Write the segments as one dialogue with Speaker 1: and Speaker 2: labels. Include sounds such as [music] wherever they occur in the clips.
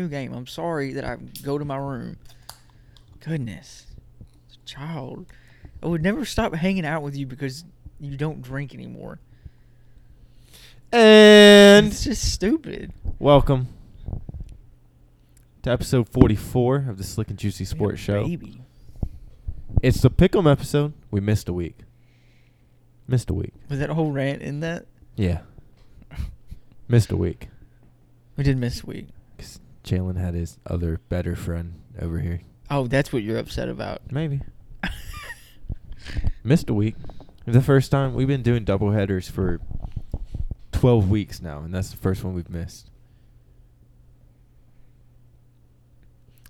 Speaker 1: new game. I'm sorry that I go to my room. Goodness, It's a child, I would never stop hanging out with you because you don't drink anymore. it's
Speaker 2: And
Speaker 1: just stupid.
Speaker 2: welcome to episode 44 of the Slick and Juicy
Speaker 1: Like a
Speaker 2: Sports Show.
Speaker 1: Baby.
Speaker 2: It's the Pick'em episode. We missed a week. Missed a week.
Speaker 1: Was that whole rant in that?
Speaker 2: Yeah. Missed a week.
Speaker 1: We did miss a week.
Speaker 2: 'Cause Jalen had his other better friend over here.
Speaker 1: Oh, that's what you're upset about. [laughs]
Speaker 2: Maybe. Missed a week. The first time we've been doing double headers for 12 weeks now, and that's the first one we've missed.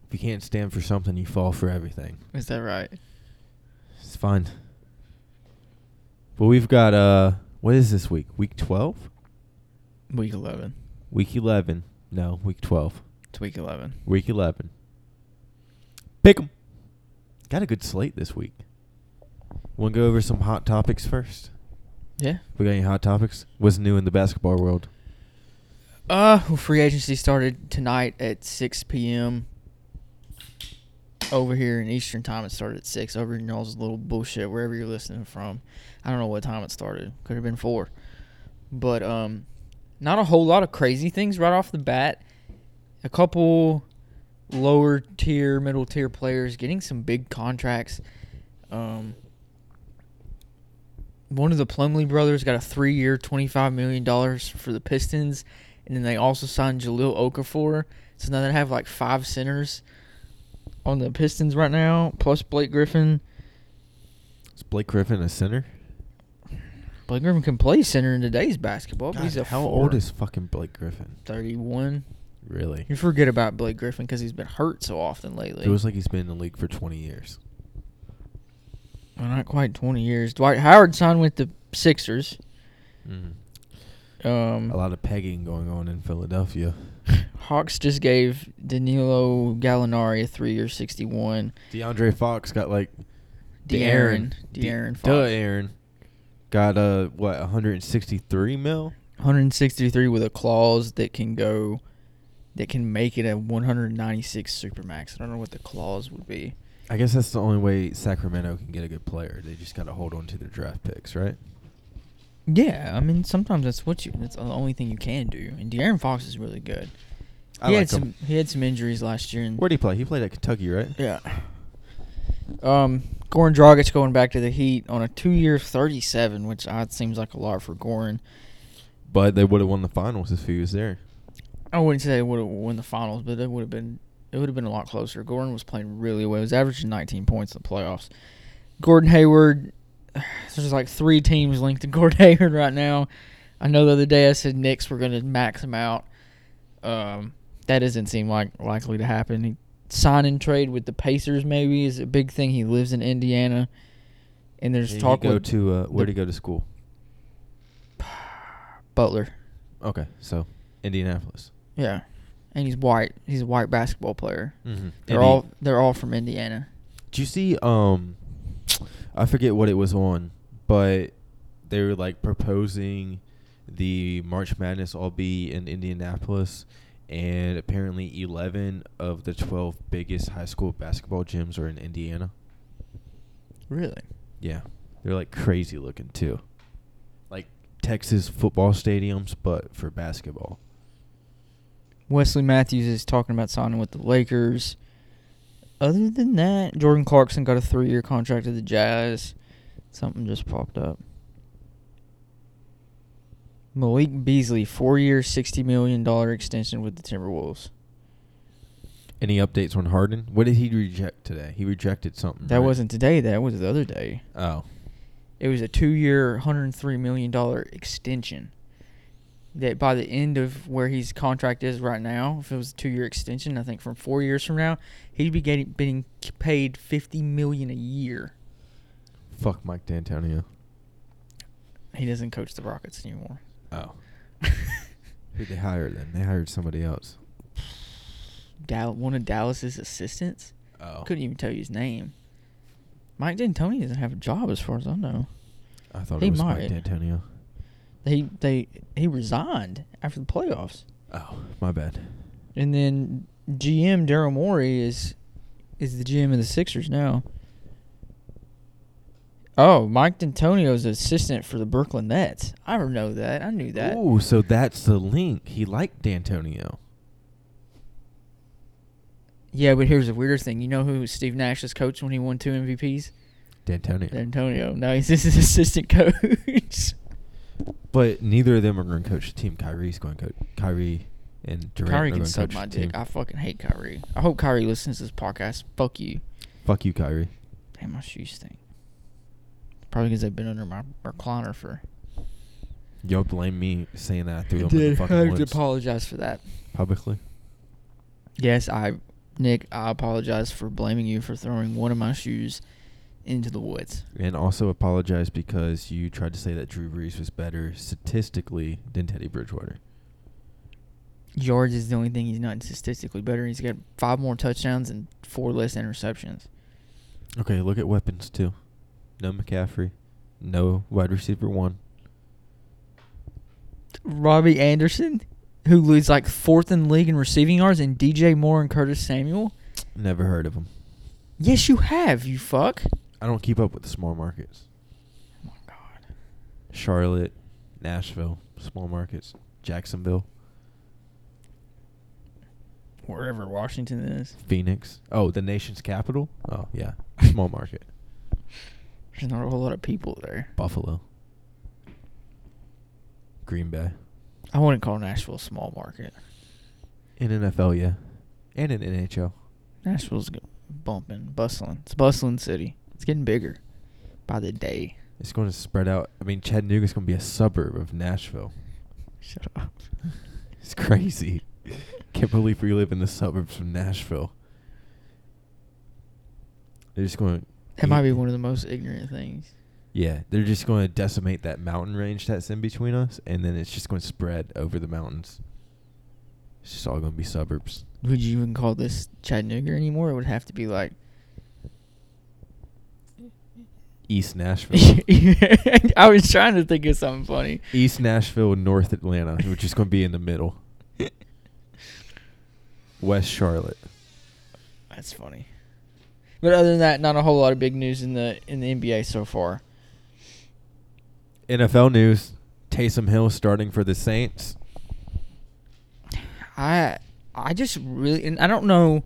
Speaker 2: If you can't stand for something, you fall for everything.
Speaker 1: Is that right?
Speaker 2: It's fine. But we've got uh what is this week? Week 12?
Speaker 1: Week 11.
Speaker 2: Week 11. No, week 12.
Speaker 1: It's week 11.
Speaker 2: Week 11. Pick 'em. Got a good slate this week. Want to go over some hot topics first?
Speaker 1: Yeah.
Speaker 2: We got any hot topics? What's new in the basketball world?
Speaker 1: Uh, well, free agency started tonight at 6 p.m. Over here in Eastern time, it started at 6. Over in y'all's little bullshit, wherever you're listening from. I don't know what time it started. Could have been 4. But, um, not a whole lot of crazy things right off the bat. A couple lower tier, middle tier players getting some big contracts. Um, one of the Plumley brothers got a three year, $25 million for the Pistons. And then they also signed Jaleel Okafor. So now they have like five centers on the Pistons right now, plus Blake Griffin.
Speaker 2: Is Blake Griffin a center?
Speaker 1: Blake Griffin can play center in today's basketball. but he's a
Speaker 2: God, how
Speaker 1: four.
Speaker 2: old is fucking Blake Griffin?
Speaker 1: 31.
Speaker 2: Really?
Speaker 1: You forget about Blake Griffin because he's been hurt so often lately.
Speaker 2: It was like he's been in the league for 20 years.
Speaker 1: Well, not quite 20 years. Dwight Howard signed with the Sixers.
Speaker 2: Mm.
Speaker 1: Um,
Speaker 2: A lot of pegging going on
Speaker 1: [laughs]
Speaker 2: in Philadelphia.
Speaker 1: Hawks just gave Danilo Gallinari a three-year, 61.
Speaker 2: DeAndre Fox got like
Speaker 1: De'Aaron,
Speaker 2: De-
Speaker 1: De'Aaron Fox,
Speaker 2: De'Aaron got uh what 163 mil.
Speaker 1: 163 with a clause that can go, that can make it a 196 supermax. I don't know what the clause would be.
Speaker 2: I guess that's the only way Sacramento can get a good player. They just got to hold on to their draft picks, right?
Speaker 1: Yeah, I mean sometimes that's what you. That's the only thing you can do. And De'Aaron Fox is really good.
Speaker 2: I
Speaker 1: he
Speaker 2: like
Speaker 1: had some.
Speaker 2: him.
Speaker 1: He had some injuries last year. And
Speaker 2: Where did he play? He played at Kentucky, right?
Speaker 1: Yeah. Um, Goran Dragic going back to the Heat on a two-year, thirty-seven, which odd seems like a lot for Goran.
Speaker 2: But they would have won the finals if he was there.
Speaker 1: I wouldn't say they would have won the finals, but it would have been it would have been a lot closer. Gordon was playing really well. He was averaging 19 points in the playoffs. Gordon Hayward, [sighs] there's like three teams linked to [laughs] Gordon Hayward right now. I know the other day I said Knicks were going to max him out. Um, that doesn't seem like likely to happen. He sign and trade with the Pacers maybe is a big thing. He lives in Indiana, and there's
Speaker 2: Did
Speaker 1: talk
Speaker 2: he go
Speaker 1: with
Speaker 2: to uh, where
Speaker 1: the-
Speaker 2: did he go to school?
Speaker 1: [sighs] Butler.
Speaker 2: Okay, so Indianapolis.
Speaker 1: Yeah, and he's white. He's a white basketball player.
Speaker 2: Mm-hmm.
Speaker 1: They're all they're all from Indiana.
Speaker 2: Do you see? Um, I forget what it was on, but they were like proposing the March Madness all be in Indianapolis, and apparently eleven of the twelve biggest high school basketball gyms are in Indiana.
Speaker 1: Really?
Speaker 2: Yeah, they're like crazy looking too, like Texas football stadiums, but for basketball.
Speaker 1: Wesley Matthews is talking about signing with the Lakers. Other than that, Jordan Clarkson got a three-year contract to the Jazz. Something just popped up. Malik Beasley, four-year, sixty million dollar extension with the Timberwolves.
Speaker 2: Any updates on Harden? What did he reject today? He rejected something.
Speaker 1: That
Speaker 2: right?
Speaker 1: wasn't today. That was the other day.
Speaker 2: Oh,
Speaker 1: It was a two-year, hundred three million dollar extension. That by the end of where his contract is right now, if it was a two-year extension, I think from four years from now, he'd be getting being paid fifty million a year.
Speaker 2: fuck Mike D'Antonio.
Speaker 1: He doesn't coach the Rockets anymore. [laughs]
Speaker 2: Oh. Who'd they hire then? They hired somebody else.
Speaker 1: Dal- one of Dallas's assistants
Speaker 2: Oh.
Speaker 1: couldn't even tell you his name. Mike D'Antoni doesn't have a job, as far as I know.
Speaker 2: I thought
Speaker 1: He
Speaker 2: it was
Speaker 1: might.
Speaker 2: Mike D'Antonio.
Speaker 1: They they he resigned after the playoffs.
Speaker 2: Oh, my bad.
Speaker 1: And then GM Daryl Morey is is the GM of the Sixers now. Oh, Mike D'Antonio's assistant for the Brooklyn Nets. I don't know that. I knew that.
Speaker 2: Ooh, so that's the link. He liked D'Antonio.
Speaker 1: Yeah, but here's the weirder thing. You know who Steve Nash is coach when he won two MVPs?
Speaker 2: D'Antonio.
Speaker 1: D'Antonio. Now he's [laughs] his assistant coach.
Speaker 2: [laughs] But neither of them are going to coach the team. Kyrie's going to coach. Kyrie and Durant
Speaker 1: Kyrie
Speaker 2: are
Speaker 1: can
Speaker 2: going to
Speaker 1: suck
Speaker 2: coach
Speaker 1: my
Speaker 2: the team.
Speaker 1: dick. I fucking hate Kyrie. I hope Kyrie listens to this podcast. Fuck you.
Speaker 2: Fuck you, Kyrie.
Speaker 1: Damn, my shoes stink. Probably because they've been under my recliner for.
Speaker 2: Y'all blame me saying that I threw
Speaker 1: I
Speaker 2: them in the
Speaker 1: did. I
Speaker 2: fucking
Speaker 1: have to
Speaker 2: woods.
Speaker 1: apologize for that.
Speaker 2: Publicly.
Speaker 1: Yes, I, Nick, I apologize for blaming you for throwing one of my shoes into the woods.
Speaker 2: And also apologize because you tried to say that Drew Brees was better statistically than Teddy Bridgewater.
Speaker 1: Yards is the only thing he's not statistically better. He's got five more touchdowns and four less interceptions.
Speaker 2: Okay, look at weapons too. No McCaffrey. No wide receiver one.
Speaker 1: Robbie Anderson, who leads like fourth in the league in receiving yards, and DJ Moore and Curtis Samuel.
Speaker 2: Never heard of him.
Speaker 1: Yes, you have, you fuck.
Speaker 2: I don't keep up with the small markets.
Speaker 1: Oh my god.
Speaker 2: Charlotte, Nashville, small markets, Jacksonville,
Speaker 1: Wherever Washington is,
Speaker 2: Phoenix. Oh, the nation's capital? Oh, yeah. Small market.
Speaker 1: there's not a whole lot of people there.
Speaker 2: Buffalo. Green Bay.
Speaker 1: I wouldn't call Nashville a small market.
Speaker 2: In NFL, yeah. And in NHL.
Speaker 1: Nashville's g- bumping, bustling. It's a bustling city. It's getting bigger by the day.
Speaker 2: It's going to spread out. I mean, Chattanooga's going to be a suburb of Nashville.
Speaker 1: Shut up.
Speaker 2: [laughs] It's crazy. Can't believe we live in the suburbs of Nashville. They're just going.
Speaker 1: That might be one of the most ignorant things.
Speaker 2: Yeah, they're just going to decimate that mountain range that's in between us, and then it's just going to spread over the mountains. It's just all going to be suburbs.
Speaker 1: Would you even call this Chattanooga anymore? It would have to be like. [laughs]
Speaker 2: East Nashville.
Speaker 1: I was trying to think of something funny.
Speaker 2: East Nashville, North Atlanta, which is going to be in
Speaker 1: [laughs]
Speaker 2: the middle. West Charlotte.
Speaker 1: [laughs] That's funny. But other than that, not a whole lot of big news in the in the NBA so far.
Speaker 2: NFL news Taysom Hill starting for the Saints.
Speaker 1: I I just really and I don't know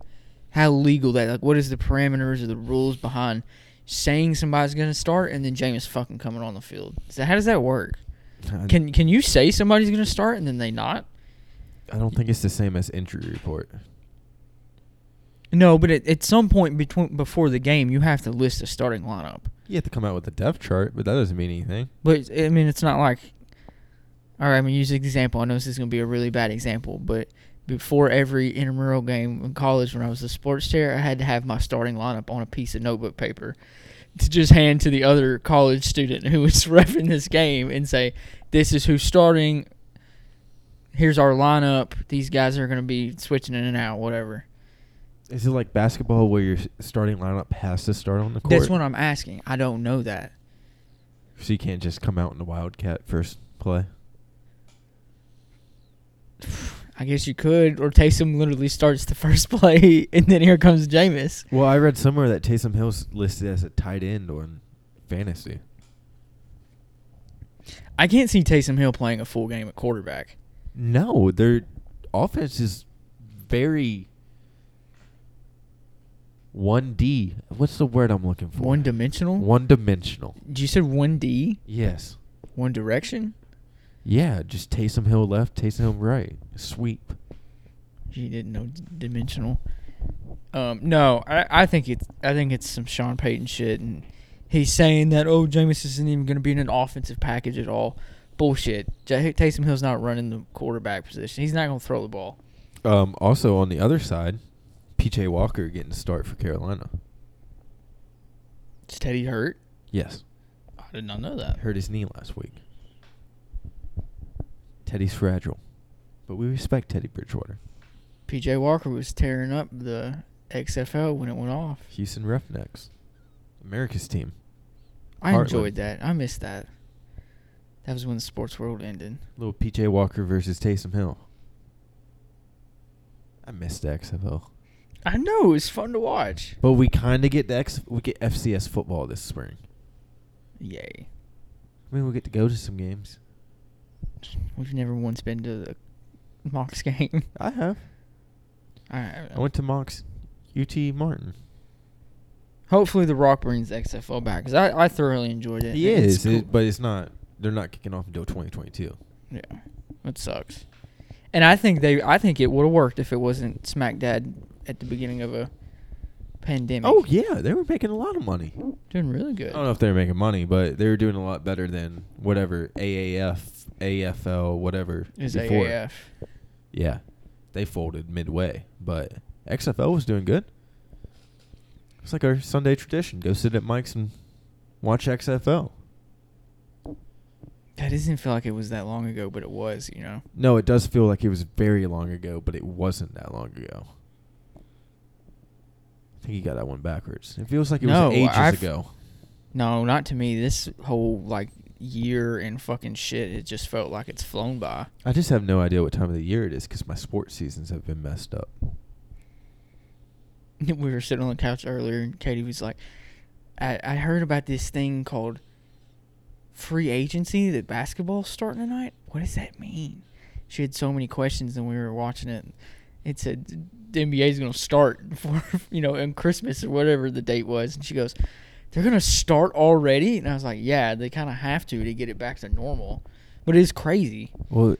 Speaker 1: how legal that like what is the parameters or the rules behind saying somebody's gonna start and then James fucking coming on the field. So how does that work? Can can you say somebody's gonna start and then they not?
Speaker 2: I don't think it's the same as injury report.
Speaker 1: No, but at, at some point between before the game, you have to list a starting lineup.
Speaker 2: You have to come out with a depth chart, but that doesn't mean anything.
Speaker 1: But I mean, it's not like. All right, I'm gonna use an example. I know this is gonna be a really bad example, but before every intramural game in college, when I was a sports chair, I had to have my starting lineup on a piece of notebook paper to just hand to the other college student who was [laughs] refing this game and say, "This is who's starting. Here's our lineup. These guys are gonna be switching in and out, whatever."
Speaker 2: Is it like basketball where your s- starting lineup has to start on the court?
Speaker 1: That's what I'm asking. I don't know that.
Speaker 2: So you can't just come out in the wildcat first play.
Speaker 1: I guess you could, or Taysom literally starts the [laughs] first play, and then here comes Jameis.
Speaker 2: Well, I read somewhere that Taysom Hill's listed as a tight end on fantasy.
Speaker 1: I can't see Taysom Hill playing a full game at quarterback.
Speaker 2: No, their offense is very one D. What's the word I'm looking for?
Speaker 1: One dimensional.
Speaker 2: One dimensional.
Speaker 1: You said one D,
Speaker 2: Yes.
Speaker 1: one direction.
Speaker 2: Yeah, just Taysom Hill left, Taysom Hill right, sweep.
Speaker 1: You didn't know d- dimensional. Um, no, I, I think it's I think it's some Sean Payton shit, and he's saying that oh Jameis isn't even going to be in an offensive package at all. Bullshit. J- Taysom Hill's not running the quarterback position. He's not going to throw the ball.
Speaker 2: Um, also on the other side, PJ Walker getting the start for Carolina.
Speaker 1: Is Teddy hurt?
Speaker 2: Yes.
Speaker 1: I did not know that.
Speaker 2: Hurt his knee last week. Teddy's fragile. But we respect Teddy Bridgewater.
Speaker 1: PJ Walker was tearing up the XFL when it went off.
Speaker 2: Houston Roughnecks. America's team.
Speaker 1: I
Speaker 2: Heartland.
Speaker 1: enjoyed that. I missed that. That was when the sports world ended.
Speaker 2: Little PJ Walker versus Taysom Hill. I missed the XFL.
Speaker 1: I know it's fun to watch.
Speaker 2: But we kind of get the X. We get FCS football this spring.
Speaker 1: Yay!
Speaker 2: I mean, we get to go to some games.
Speaker 1: We've never once been to the Mox [laughs] game.
Speaker 2: I have.
Speaker 1: I, I,
Speaker 2: I went to Mox, UT Martin.
Speaker 1: Hopefully, The Rock brings the XFL back because I, I thoroughly enjoyed it.
Speaker 2: He
Speaker 1: It's
Speaker 2: is,
Speaker 1: cool.
Speaker 2: it- but it's not. They're not kicking off until 2022.
Speaker 1: yeah, it sucks. And I think they, I think it would have worked if it wasn't smack dad at the beginning of a pandemic.
Speaker 2: Oh yeah, they were making a lot of money.
Speaker 1: doing really
Speaker 2: I
Speaker 1: good.
Speaker 2: don't know if they were making money, but they were doing a lot better than whatever AAF, AFL, whatever
Speaker 1: Is
Speaker 2: before.
Speaker 1: AAF.
Speaker 2: Yeah, they folded midway, but XFL was doing good. It's like our Sunday tradition: go sit at Mike's and watch XFL.
Speaker 1: That doesn't feel like it was that long ago, but it was. You know,
Speaker 2: No, it does feel like it was very long ago, but it wasn't that long ago. I think you got that one backwards. It feels like it
Speaker 1: No,
Speaker 2: was ages
Speaker 1: I've-
Speaker 2: ago.
Speaker 1: no, not to me. This whole like year and fucking shit, it just felt like it's flown by.
Speaker 2: I just have no idea what time of the year it is because my sports seasons have been messed up.
Speaker 1: [laughs] we were sitting on the couch earlier, and Katie was like, I, I heard about this thing called free agency that basketball's starting tonight. What does that mean? She had so many questions, and we were watching it. It said the NBA is going to start for, [laughs] you know, on Christmas or whatever the date was. And she goes, They're going to start already? And I was like, Yeah, they kind of have to to get it back to normal. But it's crazy.
Speaker 2: Well,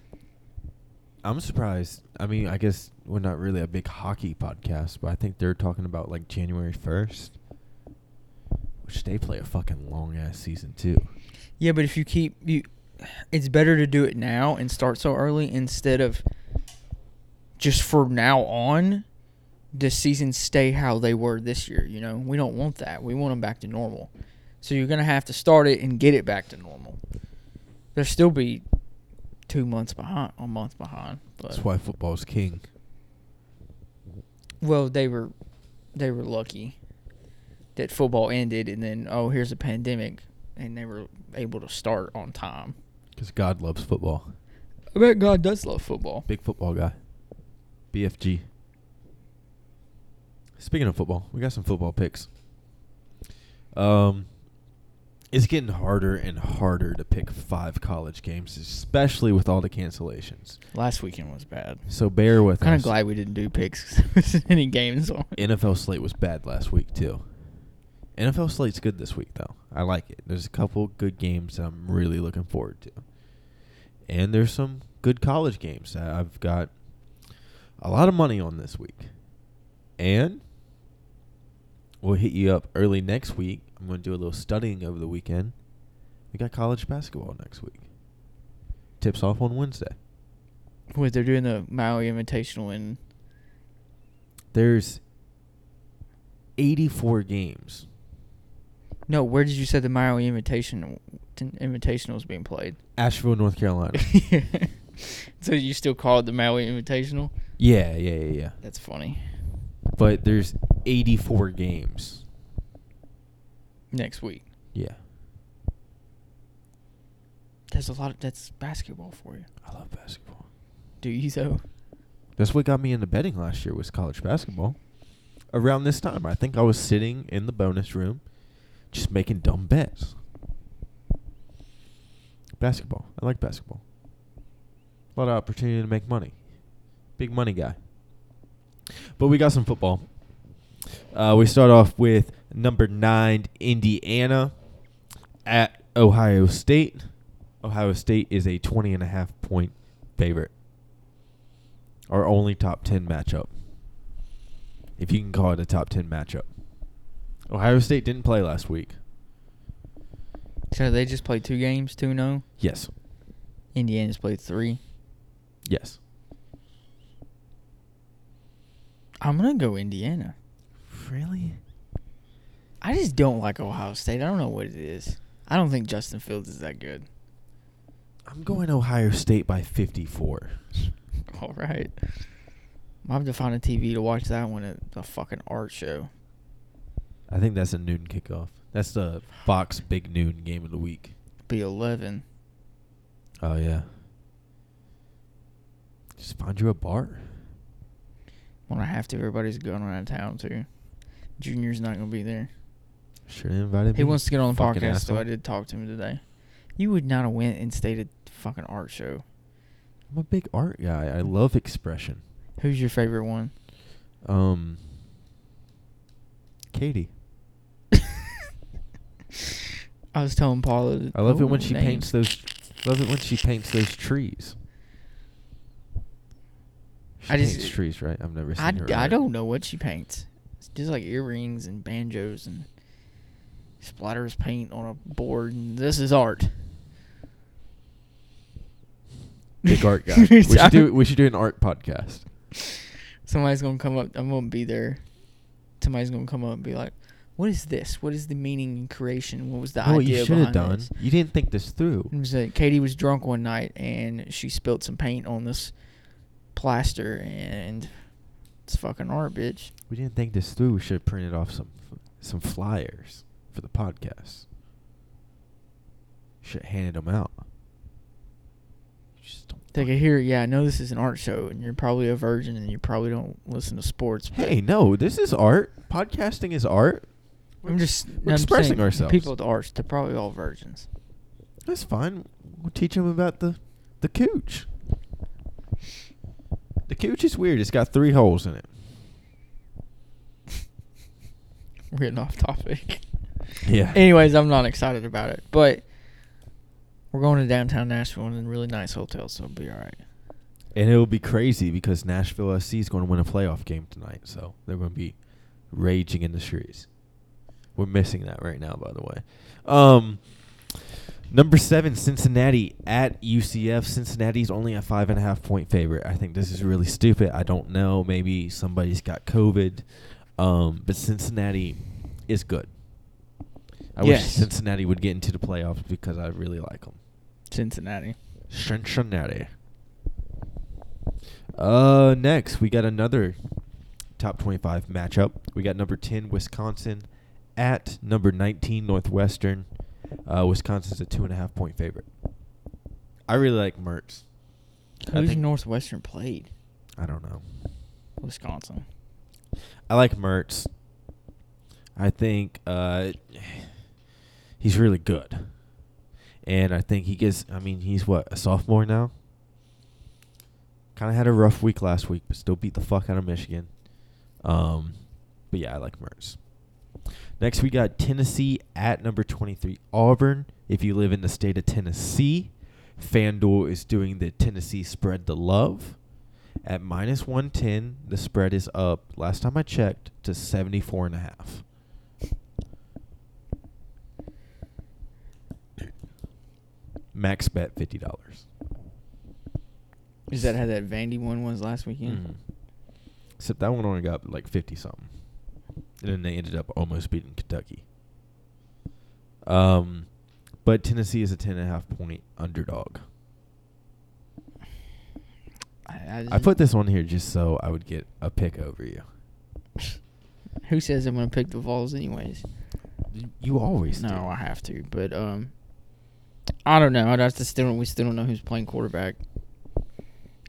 Speaker 2: I'm surprised. I mean, I guess we're not really a big hockey podcast, but I think they're talking about like January 1st, which they play a fucking long ass season too.
Speaker 1: Yeah, but if you keep you, it's better to do it now and start so early instead of just for now on. The seasons stay how they were this year. You know, we don't want that. We want them back to normal. So you're gonna have to start it and get it back to normal. There'll still be two months behind, a month behind. But
Speaker 2: That's why football's king.
Speaker 1: well, they were, they were lucky that football ended, and then oh, here's a pandemic, and they were able to start on time.
Speaker 2: Because God loves football.
Speaker 1: I bet God does love football.
Speaker 2: Big football guy. BFG. Speaking of football, we got some football picks. Um, it's getting harder and harder to pick five college games, especially with all the cancellations.
Speaker 1: Last weekend was bad.
Speaker 2: So bear with
Speaker 1: Kind
Speaker 2: us.
Speaker 1: of glad we didn't do picks 'cause there wasn't any games on.
Speaker 2: NFL slate was bad last week too. NFL slate's good this week though. I like it. There's a couple good games that I'm really looking forward to, and there's some good college games that I've got a lot of money on this week, and we'll hit you up early next week. I'm going to do a little studying over the weekend. We got college basketball next week. Tips off on Wednesday.
Speaker 1: Wait, they're doing the Maui Invitational in.
Speaker 2: There's 84 games.
Speaker 1: No, where did you say the Maui Invitational Invitational was being played?
Speaker 2: Asheville, North
Speaker 1: [laughs]
Speaker 2: Carolina.
Speaker 1: so you still call it the Maui Invitational?
Speaker 2: Yeah, yeah, yeah, yeah.
Speaker 1: That's funny.
Speaker 2: But there's 84 games.
Speaker 1: Next week.
Speaker 2: Yeah.
Speaker 1: There's a lot of that's basketball for you.
Speaker 2: I love basketball.
Speaker 1: Do you though?
Speaker 2: That's what got me into betting last year was college basketball. Around this time, I think I was sitting in the bonus room just making dumb bets. Basketball. I like basketball. A lot of opportunity to make money. Big money guy. But we got some football. Uh, we start off with number nine, Indiana at Ohio State. Ohio State is a 20 and a half point favorite. Our only top 10 matchup. If you can call it a top 10 matchup. Ohio State didn't play last week.
Speaker 1: So they just played two games, two and zero.
Speaker 2: Yes.
Speaker 1: Indiana's played three.
Speaker 2: Yes.
Speaker 1: I'm gonna go Indiana.
Speaker 2: Really?
Speaker 1: I just don't like Ohio State. I don't know what it is. I don't think Justin Fields is that good. [laughs]
Speaker 2: I'm going Ohio State by 54.
Speaker 1: All right. I'll have to find a TV to watch that one at a fucking art show.
Speaker 2: I think that's a noon kickoff. That's the Fox Big Noon game of the week.
Speaker 1: Be 11.
Speaker 2: Oh, yeah. Just find you a bar.
Speaker 1: When I have to, everybody's going out of town too. Junior's not gonna be there.
Speaker 2: Should have invited
Speaker 1: He
Speaker 2: me,
Speaker 1: wants to get on the
Speaker 2: fucking
Speaker 1: podcast,
Speaker 2: asshole.
Speaker 1: so I did talk to him today. You would not have went and stayed at the fucking art show.
Speaker 2: I'm a big art guy. I love expression.
Speaker 1: Who's your favorite one?
Speaker 2: Um, Katie.
Speaker 1: [laughs] I was telling Paula. that-
Speaker 2: I love it
Speaker 1: Ooh,
Speaker 2: when she
Speaker 1: names.
Speaker 2: paints those. Love it when she paints those trees. She
Speaker 1: I just-
Speaker 2: paints trees, right? I've never seen
Speaker 1: I,
Speaker 2: her.
Speaker 1: d- I
Speaker 2: art.
Speaker 1: don't know what she paints. It's just like earrings and banjos and splatters paint on a board. And this is art.
Speaker 2: Big
Speaker 1: [laughs]
Speaker 2: art guy. we should do. We should do an art podcast.
Speaker 1: Somebody's gonna come up. I'm gonna be there. Somebody's gonna come up and be like, "What is this? What is the meaning and creation? What was the
Speaker 2: know what
Speaker 1: idea
Speaker 2: Oh, you should
Speaker 1: behind
Speaker 2: have done.
Speaker 1: this?"
Speaker 2: You didn't think this through.
Speaker 1: It was like Katie was drunk one night and she spilled some paint on this plaster, and it's fucking art, bitch.
Speaker 2: We didn't think this through. We should have printed off some f- some flyers for the podcast. Should have handed them out. You Just don't
Speaker 1: They could
Speaker 2: fucking-
Speaker 1: hear, yeah, I know this is an art show, and you're probably a virgin, and you probably don't listen to sports. but
Speaker 2: Hey, no, this is art. Podcasting is art.
Speaker 1: I'm just
Speaker 2: We're
Speaker 1: no, I'm
Speaker 2: expressing
Speaker 1: saying
Speaker 2: ourselves.
Speaker 1: People at the arts, they're probably all virgins. [laughs]
Speaker 2: That's fine. We'll teach him about the the cooch. The cooch is weird. It's got three holes in it.
Speaker 1: We're getting off topic.
Speaker 2: Yeah.
Speaker 1: Anyways, I'm not excited about it, but we're going to downtown Nashville in a really nice hotel, so it'll be all right.
Speaker 2: And it'll be crazy because Nashville SC is going to win a playoff game tonight, so they're going to be raging in the streets. We're missing that right now, by the way. Um, number seven, Cincinnati at UCF. Cincinnati's only a five and a half point favorite. I think this is really stupid. I don't know. Maybe somebody's got COVID, um, but Cincinnati is good. I wish
Speaker 1: Yes.
Speaker 2: Cincinnati would get into the playoffs because I really like them.
Speaker 1: Cincinnati.
Speaker 2: Cincinnati. Uh, next we got another top twenty-five matchup. We got number ten Wisconsin at number nineteen Northwestern. Uh, Wisconsin's a two and a half point favorite. I really like Mertz. I
Speaker 1: Who's
Speaker 2: think-
Speaker 1: Northwestern played?
Speaker 2: I don't know.
Speaker 1: Wisconsin.
Speaker 2: I like Mertz. I think uh, he's really good, and I think he gets. I mean, he's what a sophomore now. Kind of had a rough week last week, but still beat the fuck out of Michigan. Um, but yeah, I like Mertz. Next, we got Tennessee at number 23, Auburn. If you live in the state of Tennessee, FanDuel is doing the Tennessee spread the love. At minus 110, the spread is up, last time I checked, to 74.5. Max bet $50.
Speaker 1: Is that how that Vandy one was last weekend?
Speaker 2: Mhm. Except that one only got like 50 something. And then they ended up almost beating Kentucky. Um, but Tennessee is a 10.5 point underdog. Mm-hmm.
Speaker 1: I,
Speaker 2: I
Speaker 1: just-
Speaker 2: put this on here just so I would get a pick over you.
Speaker 1: [laughs] Who says I'm gonna pick the Vols anyways?
Speaker 2: You- You always do.
Speaker 1: No, I have to, but um, I don't know. I'd have to still. We still don't know who's playing quarterback.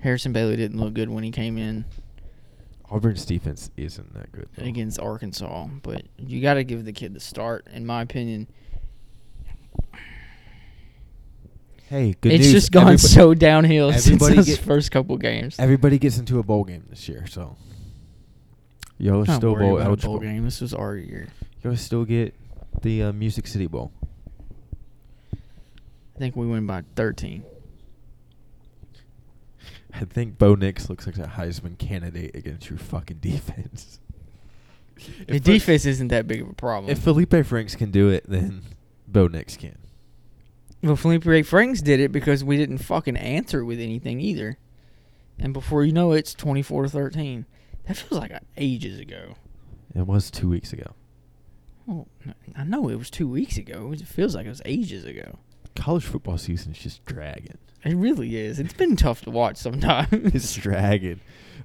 Speaker 1: Harrison Bailey didn't look good when he came in
Speaker 2: Auburn's defense isn't that good. though.
Speaker 1: against Arkansas, but you got to give the kid the start, in my opinion.
Speaker 2: Hey, good
Speaker 1: it's
Speaker 2: news.
Speaker 1: just gone
Speaker 2: everybody-
Speaker 1: so downhill [laughs] since
Speaker 2: everybody
Speaker 1: those
Speaker 2: get-
Speaker 1: first couple games.
Speaker 2: Everybody gets into a bowl game this year, so y'all are
Speaker 1: I'm not
Speaker 2: still
Speaker 1: worried
Speaker 2: bowl
Speaker 1: about a bowl
Speaker 2: eligible.
Speaker 1: game. This was our year.
Speaker 2: Y'all still get the uh, Music City Bowl.
Speaker 1: I think we win by 13.
Speaker 2: I think Bo Nix looks like a Heisman candidate against your fucking [laughs] defense. If
Speaker 1: The
Speaker 2: Fel-
Speaker 1: defense isn't that big of a problem.
Speaker 2: If Felipe Franks can do it, then Bo Nix can.
Speaker 1: Well, Felipe Franks did it because we didn't fucking answer with anything either. And before you know it, it's 24 to 13. That feels like ages ago.
Speaker 2: It was two weeks ago.
Speaker 1: Well, I know it was two weeks ago. It feels like it was ages ago.
Speaker 2: College football season's just dragging.
Speaker 1: It really is. It's been tough to watch sometimes. [laughs]
Speaker 2: It's dragging.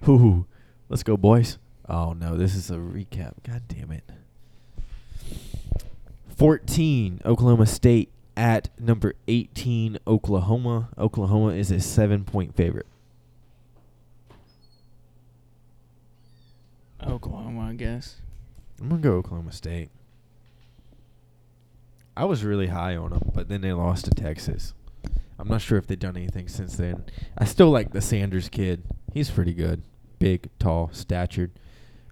Speaker 2: Ooh, let's go, boys. Oh no, this is a recap. God damn it. Fourteen, Oklahoma State at number eighteen, Oklahoma. Oklahoma is a seven-point favorite.
Speaker 1: Oklahoma, I guess.
Speaker 2: I'm gonna go Oklahoma State. I was really high on them, but then they lost to Texas. I'm not sure if they've done anything since then. I still like the Sanders kid. He's pretty good, big, tall, statured.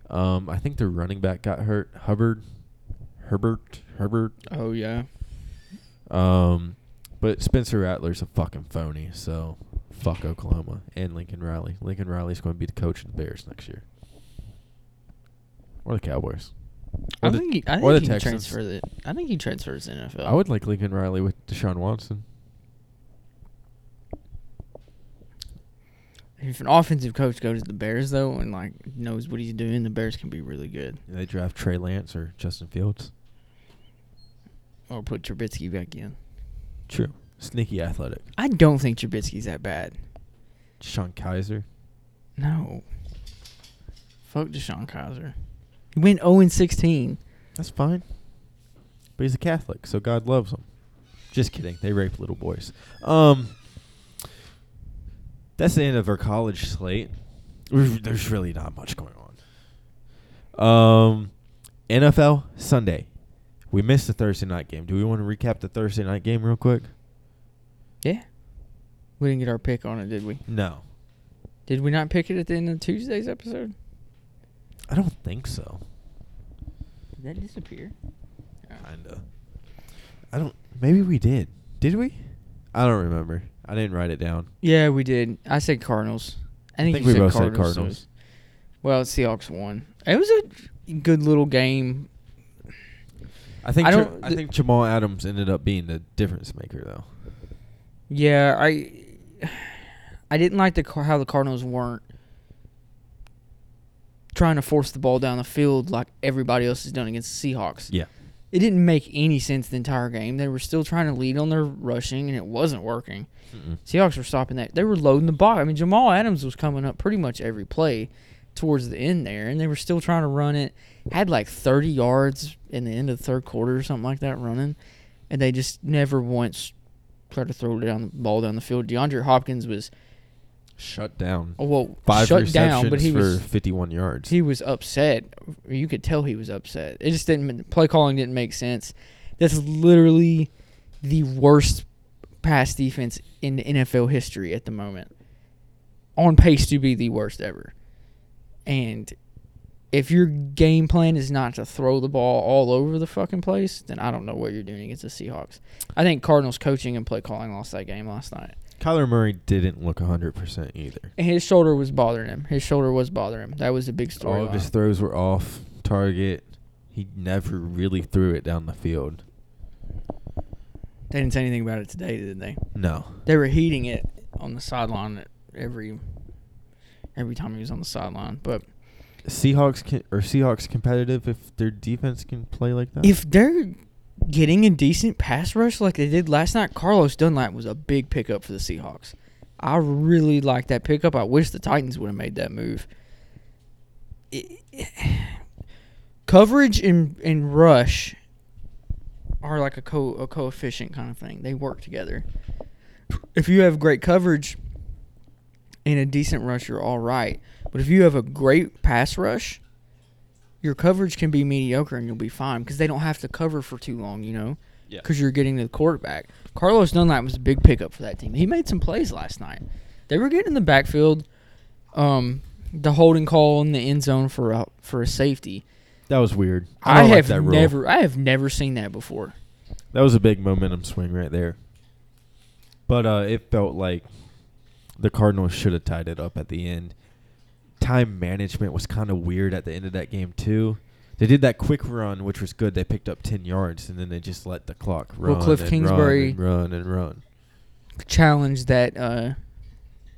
Speaker 2: Um, I think their running back got hurt. Hubbard, Herbert, Herbert.
Speaker 1: Oh yeah.
Speaker 2: Um, but Spencer Rattler's a fucking phony. So fuck Oklahoma and Lincoln Riley. Lincoln Riley's going to be the coach of the Bears next year, or the Cowboys.
Speaker 1: I
Speaker 2: Or the-
Speaker 1: think he, I
Speaker 2: or the
Speaker 1: think he can
Speaker 2: Texans.
Speaker 1: transfer the I think he transfers to NFL.
Speaker 2: I would like Lincoln Riley with Deshaun Watson.
Speaker 1: If an offensive coach goes to the Bears though and like knows what he's doing, the Bears can be really good.
Speaker 2: And they draft Trey Lance or Justin Fields.
Speaker 1: Or put Trubisky back in.
Speaker 2: True. Sneaky athletic.
Speaker 1: I don't think Trubisky's that bad.
Speaker 2: Sean Kaiser.
Speaker 1: No. Fuck Deshaun Kaiser. He went 0 and 16.
Speaker 2: That's fine. But he's a Catholic, so God loves him. Just kidding. They rape little boys. Um, that's the end of our college slate. There's there's really not much going on. Um, NFL Sunday. We missed the Thursday night game. Do we want to recap the Thursday night game real quick?
Speaker 1: Yeah. We didn't get our pick on it, did we?
Speaker 2: No,
Speaker 1: Did we not pick it at the end of Tuesday's episode?
Speaker 2: I don't think so.
Speaker 1: Did that disappear?
Speaker 2: Kinda. I don't. Maybe we did. Did we? I don't remember. I didn't write it down.
Speaker 1: Yeah, we did. I said Cardinals. I think,
Speaker 2: think
Speaker 1: you
Speaker 2: we
Speaker 1: said
Speaker 2: both said
Speaker 1: Cardinals, so it's-
Speaker 2: Cardinals.
Speaker 1: well, Seahawks won. It was a good little game.
Speaker 2: I think
Speaker 1: I
Speaker 2: I,
Speaker 1: don't-
Speaker 2: I think Jamal Adams ended up being the difference maker though.
Speaker 1: Yeah, I I didn't like the Car- how the Cardinals weren't trying to force the ball down the field like everybody else has done against the Seahawks.
Speaker 2: Yeah.
Speaker 1: It didn't make any sense the entire game. They were still trying to lead on their rushing and it wasn't working. Seahawks were stopping that. They were loading the box. I mean, Jamal Adams was coming up pretty much every play towards the end there, and they were still trying to run it. Had like 30 yards in the end of the third quarter or something like that running, and they just never once tried to throw down the ball down the field. DeAndre Hopkins was
Speaker 2: Shut down.
Speaker 1: oh, well
Speaker 2: Five
Speaker 1: shut
Speaker 2: receptions
Speaker 1: down, but he
Speaker 2: for
Speaker 1: was
Speaker 2: 51 yards.
Speaker 1: he was upset. You could tell he was upset. It just didn't play calling didn't make sense. That's literally the worst pass defense in NFL history at the moment. On pace to be the worst ever. And if your game plan is not to throw the ball all over the fucking place, then I don't know what you're doing against the Seahawks. I think Cardinals coaching and play calling lost that game last night.
Speaker 2: Kyler Murray didn't look 100% either.
Speaker 1: And his shoulder was bothering him. His shoulder was bothering him. That was a big story.
Speaker 2: All of his throws were off target. He never really threw it down the field.
Speaker 1: They didn't say anything about it today, did they?
Speaker 2: No.
Speaker 1: They were heating it on the sideline at every every time he was on the sideline. But
Speaker 2: Seahawks can, or Seahawks competitive if their defense can play like that.
Speaker 1: if they're getting a decent pass rush like they did last night, Carlos Dunlap was a big pickup for the Seahawks. I really like that pickup. I wish the Titans would have made that move. It- [sighs] coverage and, and rush are like a co a coefficient kind of thing. They work together. If you have great coverage and a decent rush, you're all right. But if you have a great pass rush, your coverage can be mediocre and you'll be fine because they don't have to cover for too long, you know,
Speaker 2: Yeah.
Speaker 1: because you're getting to the quarterback. Carlos Dunlap was a big pickup for that team. He made some plays last night. They were getting in the backfield. Um, the holding call in the end zone for a, for a safety.
Speaker 2: that was weird.
Speaker 1: I,
Speaker 2: don't like
Speaker 1: have
Speaker 2: that rule.
Speaker 1: never, I have never seen that before.
Speaker 2: That was a big momentum swing right there. But uh, it felt like the Cardinals should have tied it up at the end. Time management was kind of weird at the end of that game too. They did that quick run, which was good. They picked up ten yards, and then they just let the clock run.
Speaker 1: Well, Cliff
Speaker 2: and
Speaker 1: Kingsbury-
Speaker 2: run and run and run.
Speaker 1: Challenge that uh,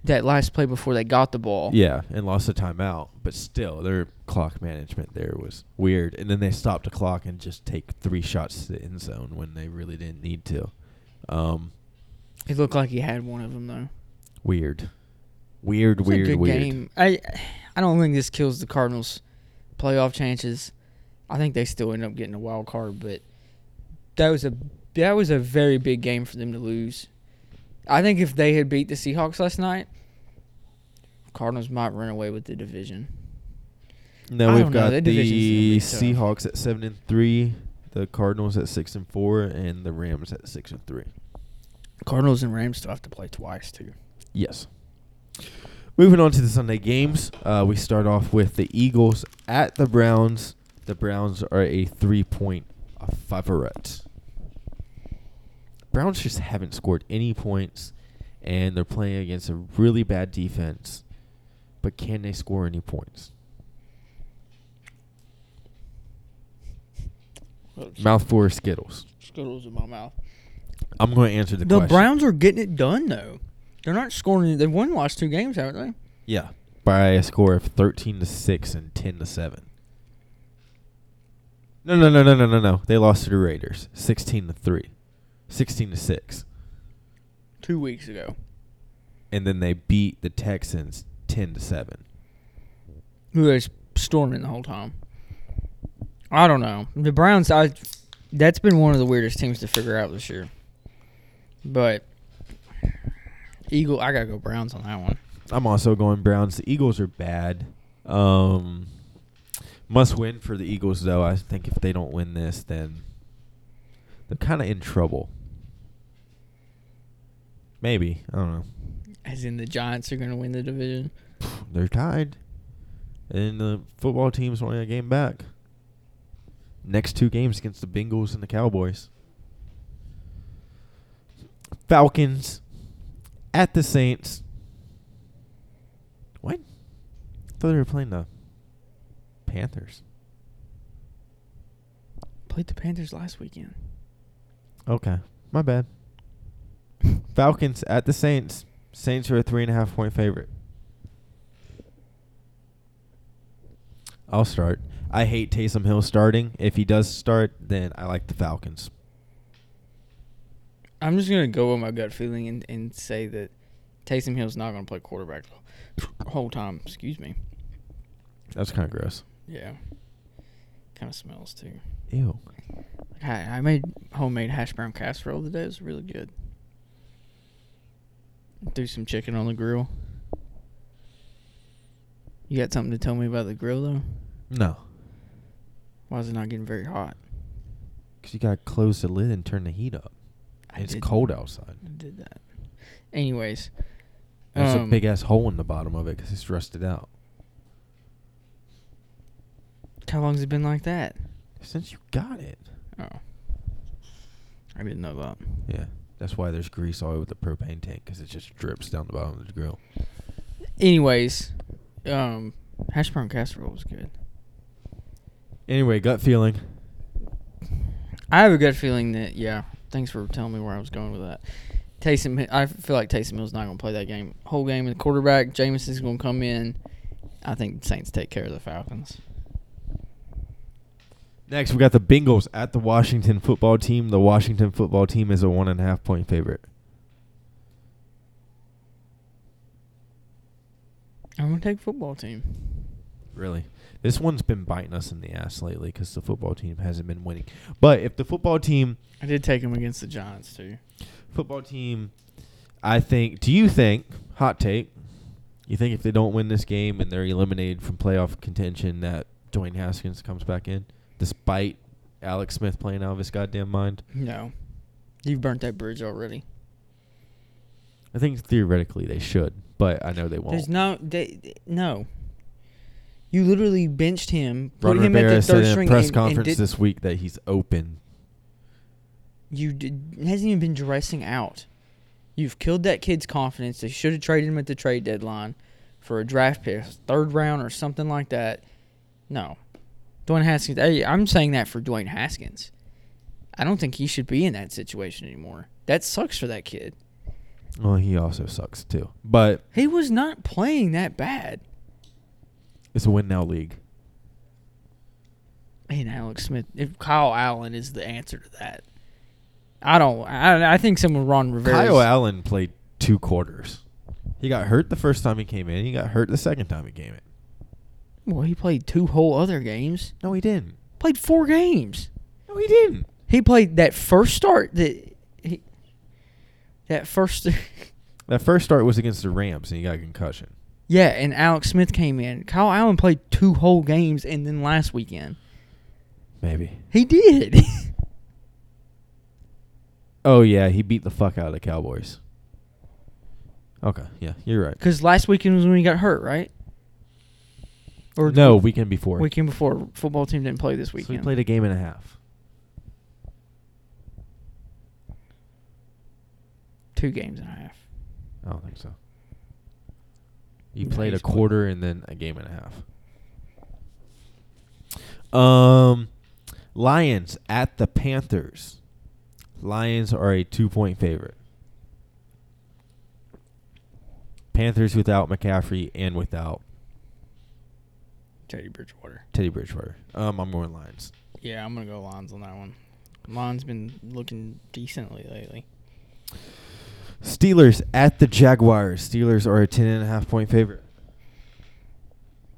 Speaker 1: that last play before they got the ball.
Speaker 2: Yeah, and lost a timeout, but still their clock management there was weird. And then they stopped the clock and just take three shots to the end zone when they really didn't need to. Um,
Speaker 1: It looked like he had one of them though.
Speaker 2: weird, weird,
Speaker 1: It's
Speaker 2: weird,
Speaker 1: a good
Speaker 2: weird.
Speaker 1: game. I I don't think this kills the Cardinals' playoff chances. I think they still end up getting a wild card, but that was a that was a very big game for them to lose. I think if they had beat the Seahawks last night, Cardinals might run away with the division.
Speaker 2: Now
Speaker 1: I
Speaker 2: we've
Speaker 1: don't know.
Speaker 2: got
Speaker 1: That division's gonna be
Speaker 2: the
Speaker 1: tough.
Speaker 2: Seahawks at seven and three, the Cardinals at six and four, and the Rams at six and three.
Speaker 1: Cardinals and Rams still have to play twice too.
Speaker 2: Yes. Moving on to the Sunday games, uh, we start off with the Eagles at the Browns. The Browns are a three-point favorite. Browns just haven't scored any points, and they're playing against a really bad defense. But can they score any points? Mouthful of Skittles.
Speaker 1: Skittles in my mouth.
Speaker 2: I'm going to answer the,
Speaker 1: The,
Speaker 2: question.
Speaker 1: Browns are getting it done though. They're not scoring. They've won the last two games, haven't they?
Speaker 2: Yeah, by a score of thirteen to six and ten to seven. No, no, no, no, no, no, no. They lost to the Raiders, sixteen to three, 16 to six,
Speaker 1: Two weeks ago.
Speaker 2: and then they beat the Texans ten to seven.
Speaker 1: Who was storming the whole time? I don't know. The Browns. I. That's been one of the weirdest teams to figure out this year. But Eagle, I gotta go Browns on that one.
Speaker 2: I'm also going Browns. The Eagles are bad. Um, must win for the Eagles though. I think if they don't win this, then they're kind of in trouble. Maybe I don't know.
Speaker 1: As in the Giants are gonna win the division.
Speaker 2: They're tied. And the football team's only a game back. Next two games against the Bengals and the Cowboys. Falcons at the Saints. What? I thought they were playing the Panthers.
Speaker 1: Played the Panthers last weekend.
Speaker 2: Okay. My bad. Falcons at the Saints. Saints are a three and a half point favorite. I'll start. I hate Taysom Hill starting. If he does start, then I like the Falcons.
Speaker 1: I'm just gonna go with my gut feeling and, and say that Taysom Hill's not gonna play quarterback the whole time. Excuse me.
Speaker 2: That's kind of gross.
Speaker 1: Yeah. Kind of smells too.
Speaker 2: Ew.
Speaker 1: Like I, I made homemade hash brown casserole today. It was really good. Threw some chicken on the grill. You got something to tell me about the grill though?
Speaker 2: No.
Speaker 1: Why is it not getting very hot?
Speaker 2: Because you got to close the lid and turn the heat up.
Speaker 1: I
Speaker 2: it's
Speaker 1: did-
Speaker 2: cold outside.
Speaker 1: I did that. Anyways,
Speaker 2: There's a
Speaker 1: um,
Speaker 2: big ass hole in the bottom of it because it's rusted out.
Speaker 1: How long's it been like that?
Speaker 2: Since you got it.
Speaker 1: Oh. I didn't know that.
Speaker 2: Yeah. That's why there's grease all over the propane tank because it just drips down the bottom of the grill.
Speaker 1: Anyways, um, hash brown casserole was good.
Speaker 2: Anyway, gut feeling.
Speaker 1: I have a good feeling that yeah. Thanks for telling me where I was going with that. Taysom, Hi- I feel like Taysom Hill's not going to play that game. Whole game in the quarterback. Jameson's going to come in. I think the Saints take care of the Falcons.
Speaker 2: Next, we got the Bengals at the Washington football team. The Washington football team is a one and a half point favorite.
Speaker 1: I'm going to take football team.
Speaker 2: Really, this one's been biting us in the ass lately because the football team hasn't been winning. But if the football team,
Speaker 1: I did take him against the Giants too.
Speaker 2: football team, I think. Do you think? Hot take. You think if they don't win this game and they're eliminated from playoff contention, that Dwayne Haskins comes back in, despite Alex Smith playing out of his goddamn mind?
Speaker 1: No, you've burnt that bridge already.
Speaker 2: I think theoretically they should, but I know they won't.
Speaker 1: There's no they, they- no. You literally benched him, put
Speaker 2: Ron
Speaker 1: him
Speaker 2: Rivera
Speaker 1: at the
Speaker 2: said
Speaker 1: third
Speaker 2: in a
Speaker 1: string,
Speaker 2: press
Speaker 1: and- and,
Speaker 2: conference
Speaker 1: did-
Speaker 2: this week that he's open.
Speaker 1: You did, hasn't even been dressing out. You've killed that kid's confidence. They should have traded him at the trade deadline for a draft pick, third round or something like that. No, Dwayne Haskins. Hey, I'm saying that for Dwayne Haskins. I don't think he should be in that situation anymore. That sucks for that kid.
Speaker 2: Well, he also sucks too. But
Speaker 1: He was not playing that bad.
Speaker 2: it's a win now league.
Speaker 1: And Alex Smith, if Kyle Allen is the answer to that, I don't. I, I think someone Ron Rivera.
Speaker 2: Kyle Allen played two quarters. He got hurt the first time he came in. He got hurt the second time he came in.
Speaker 1: Well, he played two whole other games.
Speaker 2: No, he didn't.
Speaker 1: Played four games.
Speaker 2: No, he didn't.
Speaker 1: He played that first start that he, that first
Speaker 2: That first start was against the Rams, and he got a concussion.
Speaker 1: [laughs] Yeah, and Alex Smith came in. Kyle Allen played two whole games, and then last weekend
Speaker 2: Maybe.
Speaker 1: he did. [laughs]
Speaker 2: Oh yeah, he beat the fuck out of the Cowboys. Okay, yeah, you're right.
Speaker 1: Because last weekend was when he got hurt, right? the
Speaker 2: no,
Speaker 1: week-
Speaker 2: weekend before.
Speaker 1: weekend before football team didn't play this
Speaker 2: So
Speaker 1: weekend.
Speaker 2: he played a game and a half.
Speaker 1: two games and a half.
Speaker 2: I don't think so. You
Speaker 1: No,
Speaker 2: played a
Speaker 1: he's played-
Speaker 2: quarter and then a game and a half. Um, Lions at the Panthers. Lions are a two-point favorite. Panthers without McCaffrey and without
Speaker 1: Teddy Bridgewater.
Speaker 2: Teddy Bridgewater. Um, I'm going Lions.
Speaker 1: Yeah, I'm gonna go Lions on that one. Lions been looking decently lately.
Speaker 2: Steelers at the Jaguars. Steelers are a ten and a half point favorite.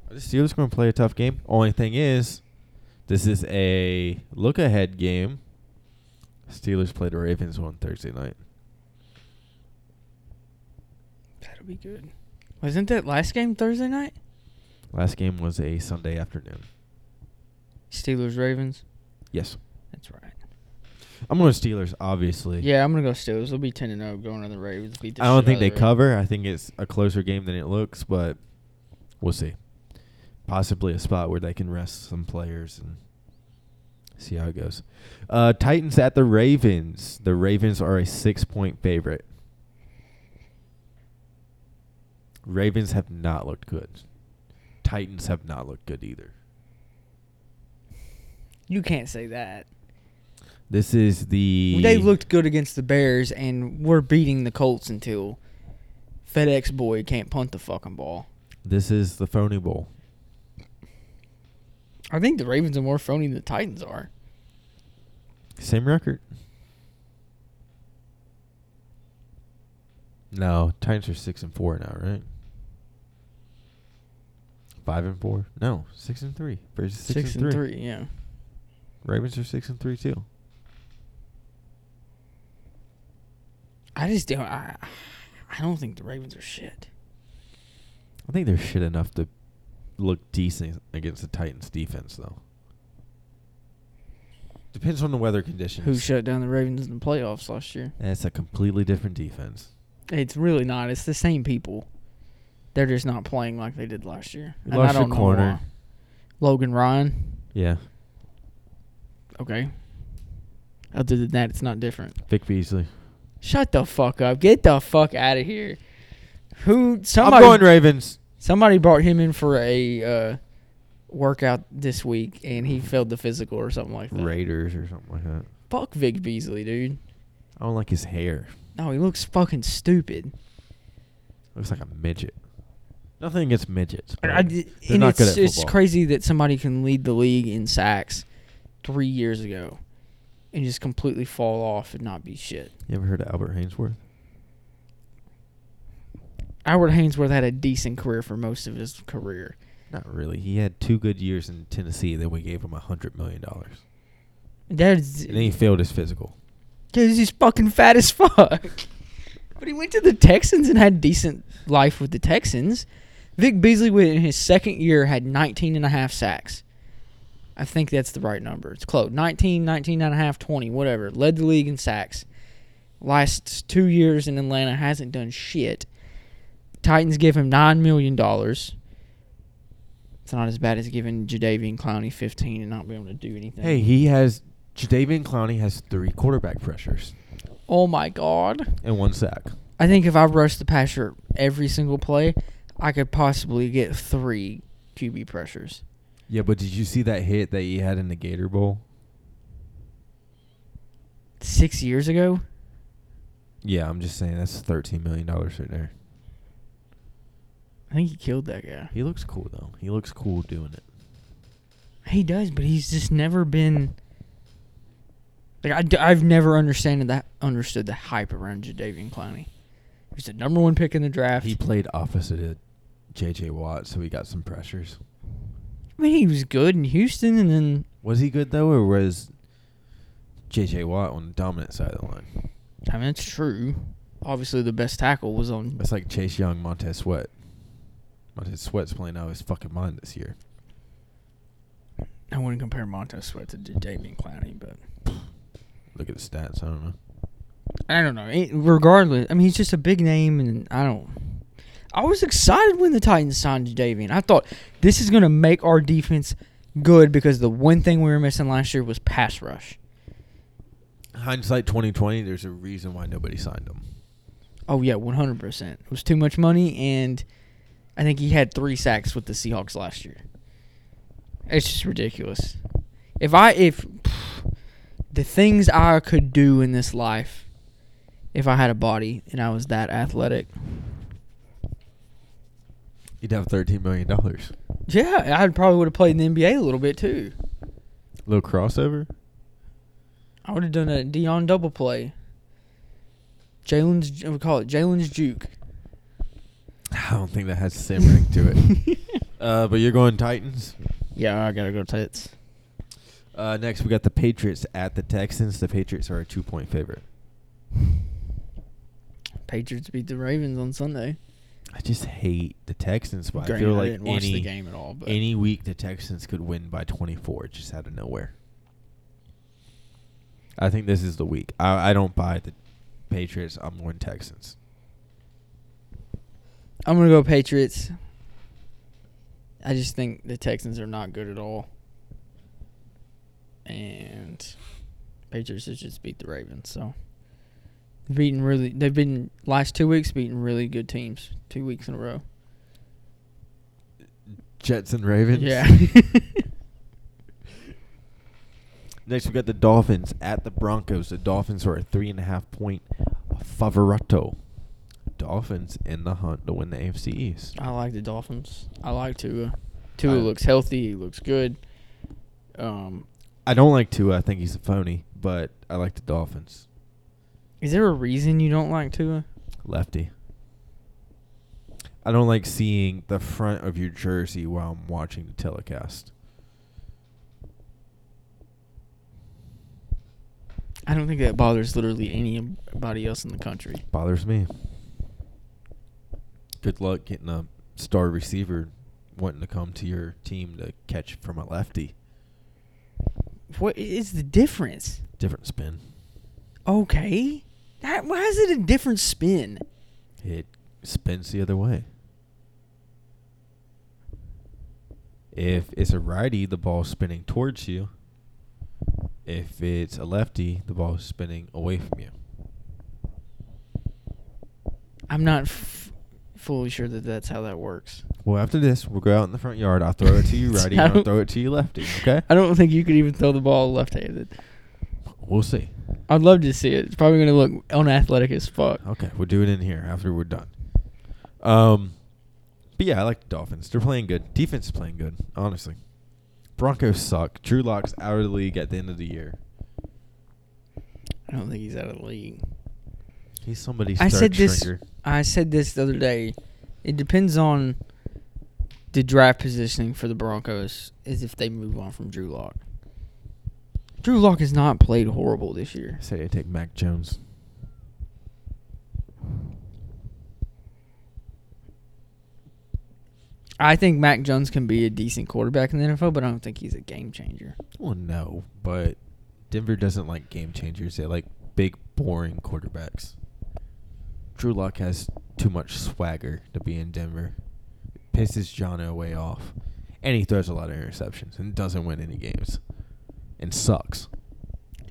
Speaker 2: Are the Steelers going to play a tough game? Only thing is, this is a look ahead game. Steelers play the Ravens on Thursday night.
Speaker 1: That'll be good. Wasn't that last game Thursday night?
Speaker 2: Last game was a Sunday afternoon.
Speaker 1: Steelers Ravens.
Speaker 2: Yes,
Speaker 1: That's right.
Speaker 2: I'm going Steelers. Obviously,
Speaker 1: Yeah, I'm gonna go Steelers. They'll be ten and zero going to the Ravens. Beat the
Speaker 2: I don't
Speaker 1: shit
Speaker 2: think
Speaker 1: out
Speaker 2: they
Speaker 1: of the Ravens.
Speaker 2: cover. I think it's a closer game than it looks, but we'll see. Possibly a spot where they can rest some players and see how it goes. Uh, Titans at the Ravens. The Ravens are a six point favorite. Ravens have not looked good. Titans have not looked good either.
Speaker 1: You can't say that.
Speaker 2: This is the.
Speaker 1: They looked good against the Bears, and we're beating the Colts until FedEx boy can't punt the fucking ball.
Speaker 2: This is the phony bowl.
Speaker 1: I think the Ravens are more phony than the Titans are.
Speaker 2: Same record. No, Titans are six and four now, right? Five and four. No, six and three. Versus six,
Speaker 1: Six, and three. yeah.
Speaker 2: Ravens are six and three too.
Speaker 1: I just don't. I, I don't think the Ravens are shit.
Speaker 2: I think they're shit enough to look decent against the Titans defense though. Depends on the weather conditions.
Speaker 1: Who shut down the Ravens in the playoffs last year?
Speaker 2: That's a completely different defense.
Speaker 1: It's really not. It's the same people. They're just not playing like they did last year.
Speaker 2: You
Speaker 1: And
Speaker 2: lost
Speaker 1: I
Speaker 2: your
Speaker 1: don't know
Speaker 2: corner.
Speaker 1: why. Logan Ryan.
Speaker 2: Yeah.
Speaker 1: Okay. Other than that, it's not different.
Speaker 2: Vic Beasley.
Speaker 1: Shut the fuck up. Get the fuck out of here. Who
Speaker 2: I'm
Speaker 1: somebody
Speaker 2: going Ravens.
Speaker 1: somebody brought him in for a uh, workout this week and he failed the physical or something like that.
Speaker 2: Raiders or something like that.
Speaker 1: Fuck Vic Beasley, dude.
Speaker 2: I don't like his hair.
Speaker 1: No, he looks fucking stupid.
Speaker 2: Looks like a midget. Nothing against midgets. but
Speaker 1: I, I-
Speaker 2: they're
Speaker 1: and
Speaker 2: not
Speaker 1: it's,
Speaker 2: good at
Speaker 1: it's
Speaker 2: football.
Speaker 1: crazy that somebody can lead the league in sacks three years ago and just completely fall off and not be shit.
Speaker 2: You ever heard of Albert Hainsworth?
Speaker 1: Albert Hainsworth had a decent career for most of his career.
Speaker 2: Not really. He had two good years in Tennessee. Then we gave him a hundred million dollars,
Speaker 1: That is
Speaker 2: and then he failed his physical.
Speaker 1: because he's fucking fat as fuck. But he went to the Texans and had a decent life with the Texans. Vic Beasley went in his second year had 19 and a half sacks. I think that's the right number. It's close. 19, 19 and a half, 20, whatever. Led the league in sacks. Last two years in Atlanta hasn't done shit. Titans give him $9 million. It's not as bad as giving Jadavian Clowney 15 and not being able to do anything.
Speaker 2: Hey, he has. Jadavian Clowney has three quarterback pressures
Speaker 1: Oh my God.
Speaker 2: and one sack.
Speaker 1: I think if I rushed the passer every single play, I could possibly get three QB pressures.
Speaker 2: Yeah, but did you see that hit that he had in the Gator Bowl?
Speaker 1: Six years ago,
Speaker 2: Yeah, I'm just saying that's thirteen million dollars right there.
Speaker 1: I think he killed that guy.
Speaker 2: He looks cool though. He looks cool doing it.
Speaker 1: He does, but he's just never been. Like I, d- I've never understanded that understood the hype around Jadavian Clowney. He's the number one pick in the draft.
Speaker 2: He played opposite of J.J. Watt, so he got some pressures.
Speaker 1: I mean, he was good in Houston, and then
Speaker 2: Was he good though, or was J.J. Watt on the dominant side of the line?
Speaker 1: I mean, it's true. Obviously, the best tackle was on
Speaker 2: That's like Chase Young, Montez Sweat. Montez Sweat's playing out of his fucking mind this year.
Speaker 1: I wouldn't compare Montez Sweat to J- Jadeveon Clowney, but
Speaker 2: Look at the stats. I don't know.
Speaker 1: I don't know. It- regardless, I mean, he's just a big name, and I don't. I was excited when the Titans signed Jadavian. I thought this is going to make our defense good because the one thing we were missing last year was pass rush.
Speaker 2: Hindsight 2020. There's a reason why nobody signed him.
Speaker 1: Oh yeah, one hundred percent. It was too much money, and I think he had three sacks with the Seahawks last year. It's just ridiculous. If I if [sighs] the things I could do in this life, if I had a body and I was that athletic,
Speaker 2: You'd have 13 million dollars.
Speaker 1: yeah, I probably would have played in the NBA a little bit too.
Speaker 2: Little crossover.
Speaker 1: I would have done a Dion double play. Jalen's we call it Jalen's juke.
Speaker 2: I don't think that has the same ring to it. [laughs] Uh, but you're going Titans.
Speaker 1: yeah, I gotta go tits.
Speaker 2: Uh, next, we got the Patriots at the Texans. The Patriots are a two point favorite.
Speaker 1: Patriots beat the Ravens on Sunday.
Speaker 2: I just hate the Texans, but I
Speaker 1: Granted,
Speaker 2: feel like
Speaker 1: didn't
Speaker 2: any,
Speaker 1: watch the game at all, but
Speaker 2: any week the Texans could win by 24 just out of nowhere. I think this is the week. I, I don't buy the Patriots. I'm going Texans.
Speaker 1: I'm gonna go Patriots. I just think the Texans are not good at all, and Patriots has just beat the Ravens. So they've beaten really. They've been last two weeks beating really good teams, two weeks in a row.
Speaker 2: Jets and Ravens.
Speaker 1: [laughs] Yeah.
Speaker 2: [laughs] Next, we got the Dolphins at the Broncos. The Dolphins are a three and a half point favorito. Dolphins in the hunt to win the AFC East.
Speaker 1: I like the Dolphins. I like Tua. Tua
Speaker 2: I-
Speaker 1: looks healthy. He looks good. Um,
Speaker 2: I don't like Tua. I think he's a phony, but I like the Dolphins.
Speaker 1: is there a reason you don't like Tua?
Speaker 2: Lefty. I don't like seeing the front of your jersey while I'm watching the telecast.
Speaker 1: I don't think that bothers literally anybody else in the country.
Speaker 2: Bothers me. Good luck getting a star receiver wanting to come to your team to catch from a lefty.
Speaker 1: What is the difference?
Speaker 2: Different spin.
Speaker 1: Okay. That, why is it a different spin?
Speaker 2: It spins the other way. If it's a righty, the ball's spinning towards you. If it's a lefty, the ball's spinning away from you.
Speaker 1: I'm not f- fully sure that that's how that works.
Speaker 2: Well, after this, we'll go out in the front yard. I'll throw it
Speaker 1: [laughs]
Speaker 2: to you righty,
Speaker 1: I
Speaker 2: and I'll
Speaker 1: don't-
Speaker 2: throw it to you lefty. Okay?
Speaker 1: I don't think you could even throw the ball left-handed.
Speaker 2: We'll see.
Speaker 1: I'd love to see it. It's probably going to look unathletic as fuck.
Speaker 2: Okay, we'll do it in here after we're done. Um, but yeah, I like the Dolphins. They're playing good. Defense is playing good, honestly. Broncos suck. Drew Locke's out of the league at the end of the year.
Speaker 1: I don't think he's out of the league.
Speaker 2: He's somebody's
Speaker 1: I
Speaker 2: third
Speaker 1: said this.
Speaker 2: stringer.
Speaker 1: I said this the other day. It depends on the draft positioning for the Broncos. Is if they move on from Drew Lock. Drew Lock has not played horrible this year.
Speaker 2: I said I take Mac Jones.
Speaker 1: I think Mac Jones can be a decent quarterback in the NFL, but I don't think he's a game changer. [laughs]
Speaker 2: Well, no, but Denver doesn't like game changers. They like big, boring quarterbacks. Drew Lock has too much swagger to be in Denver. It pisses Jono way off, and he throws a lot of interceptions and doesn't win any games, and sucks.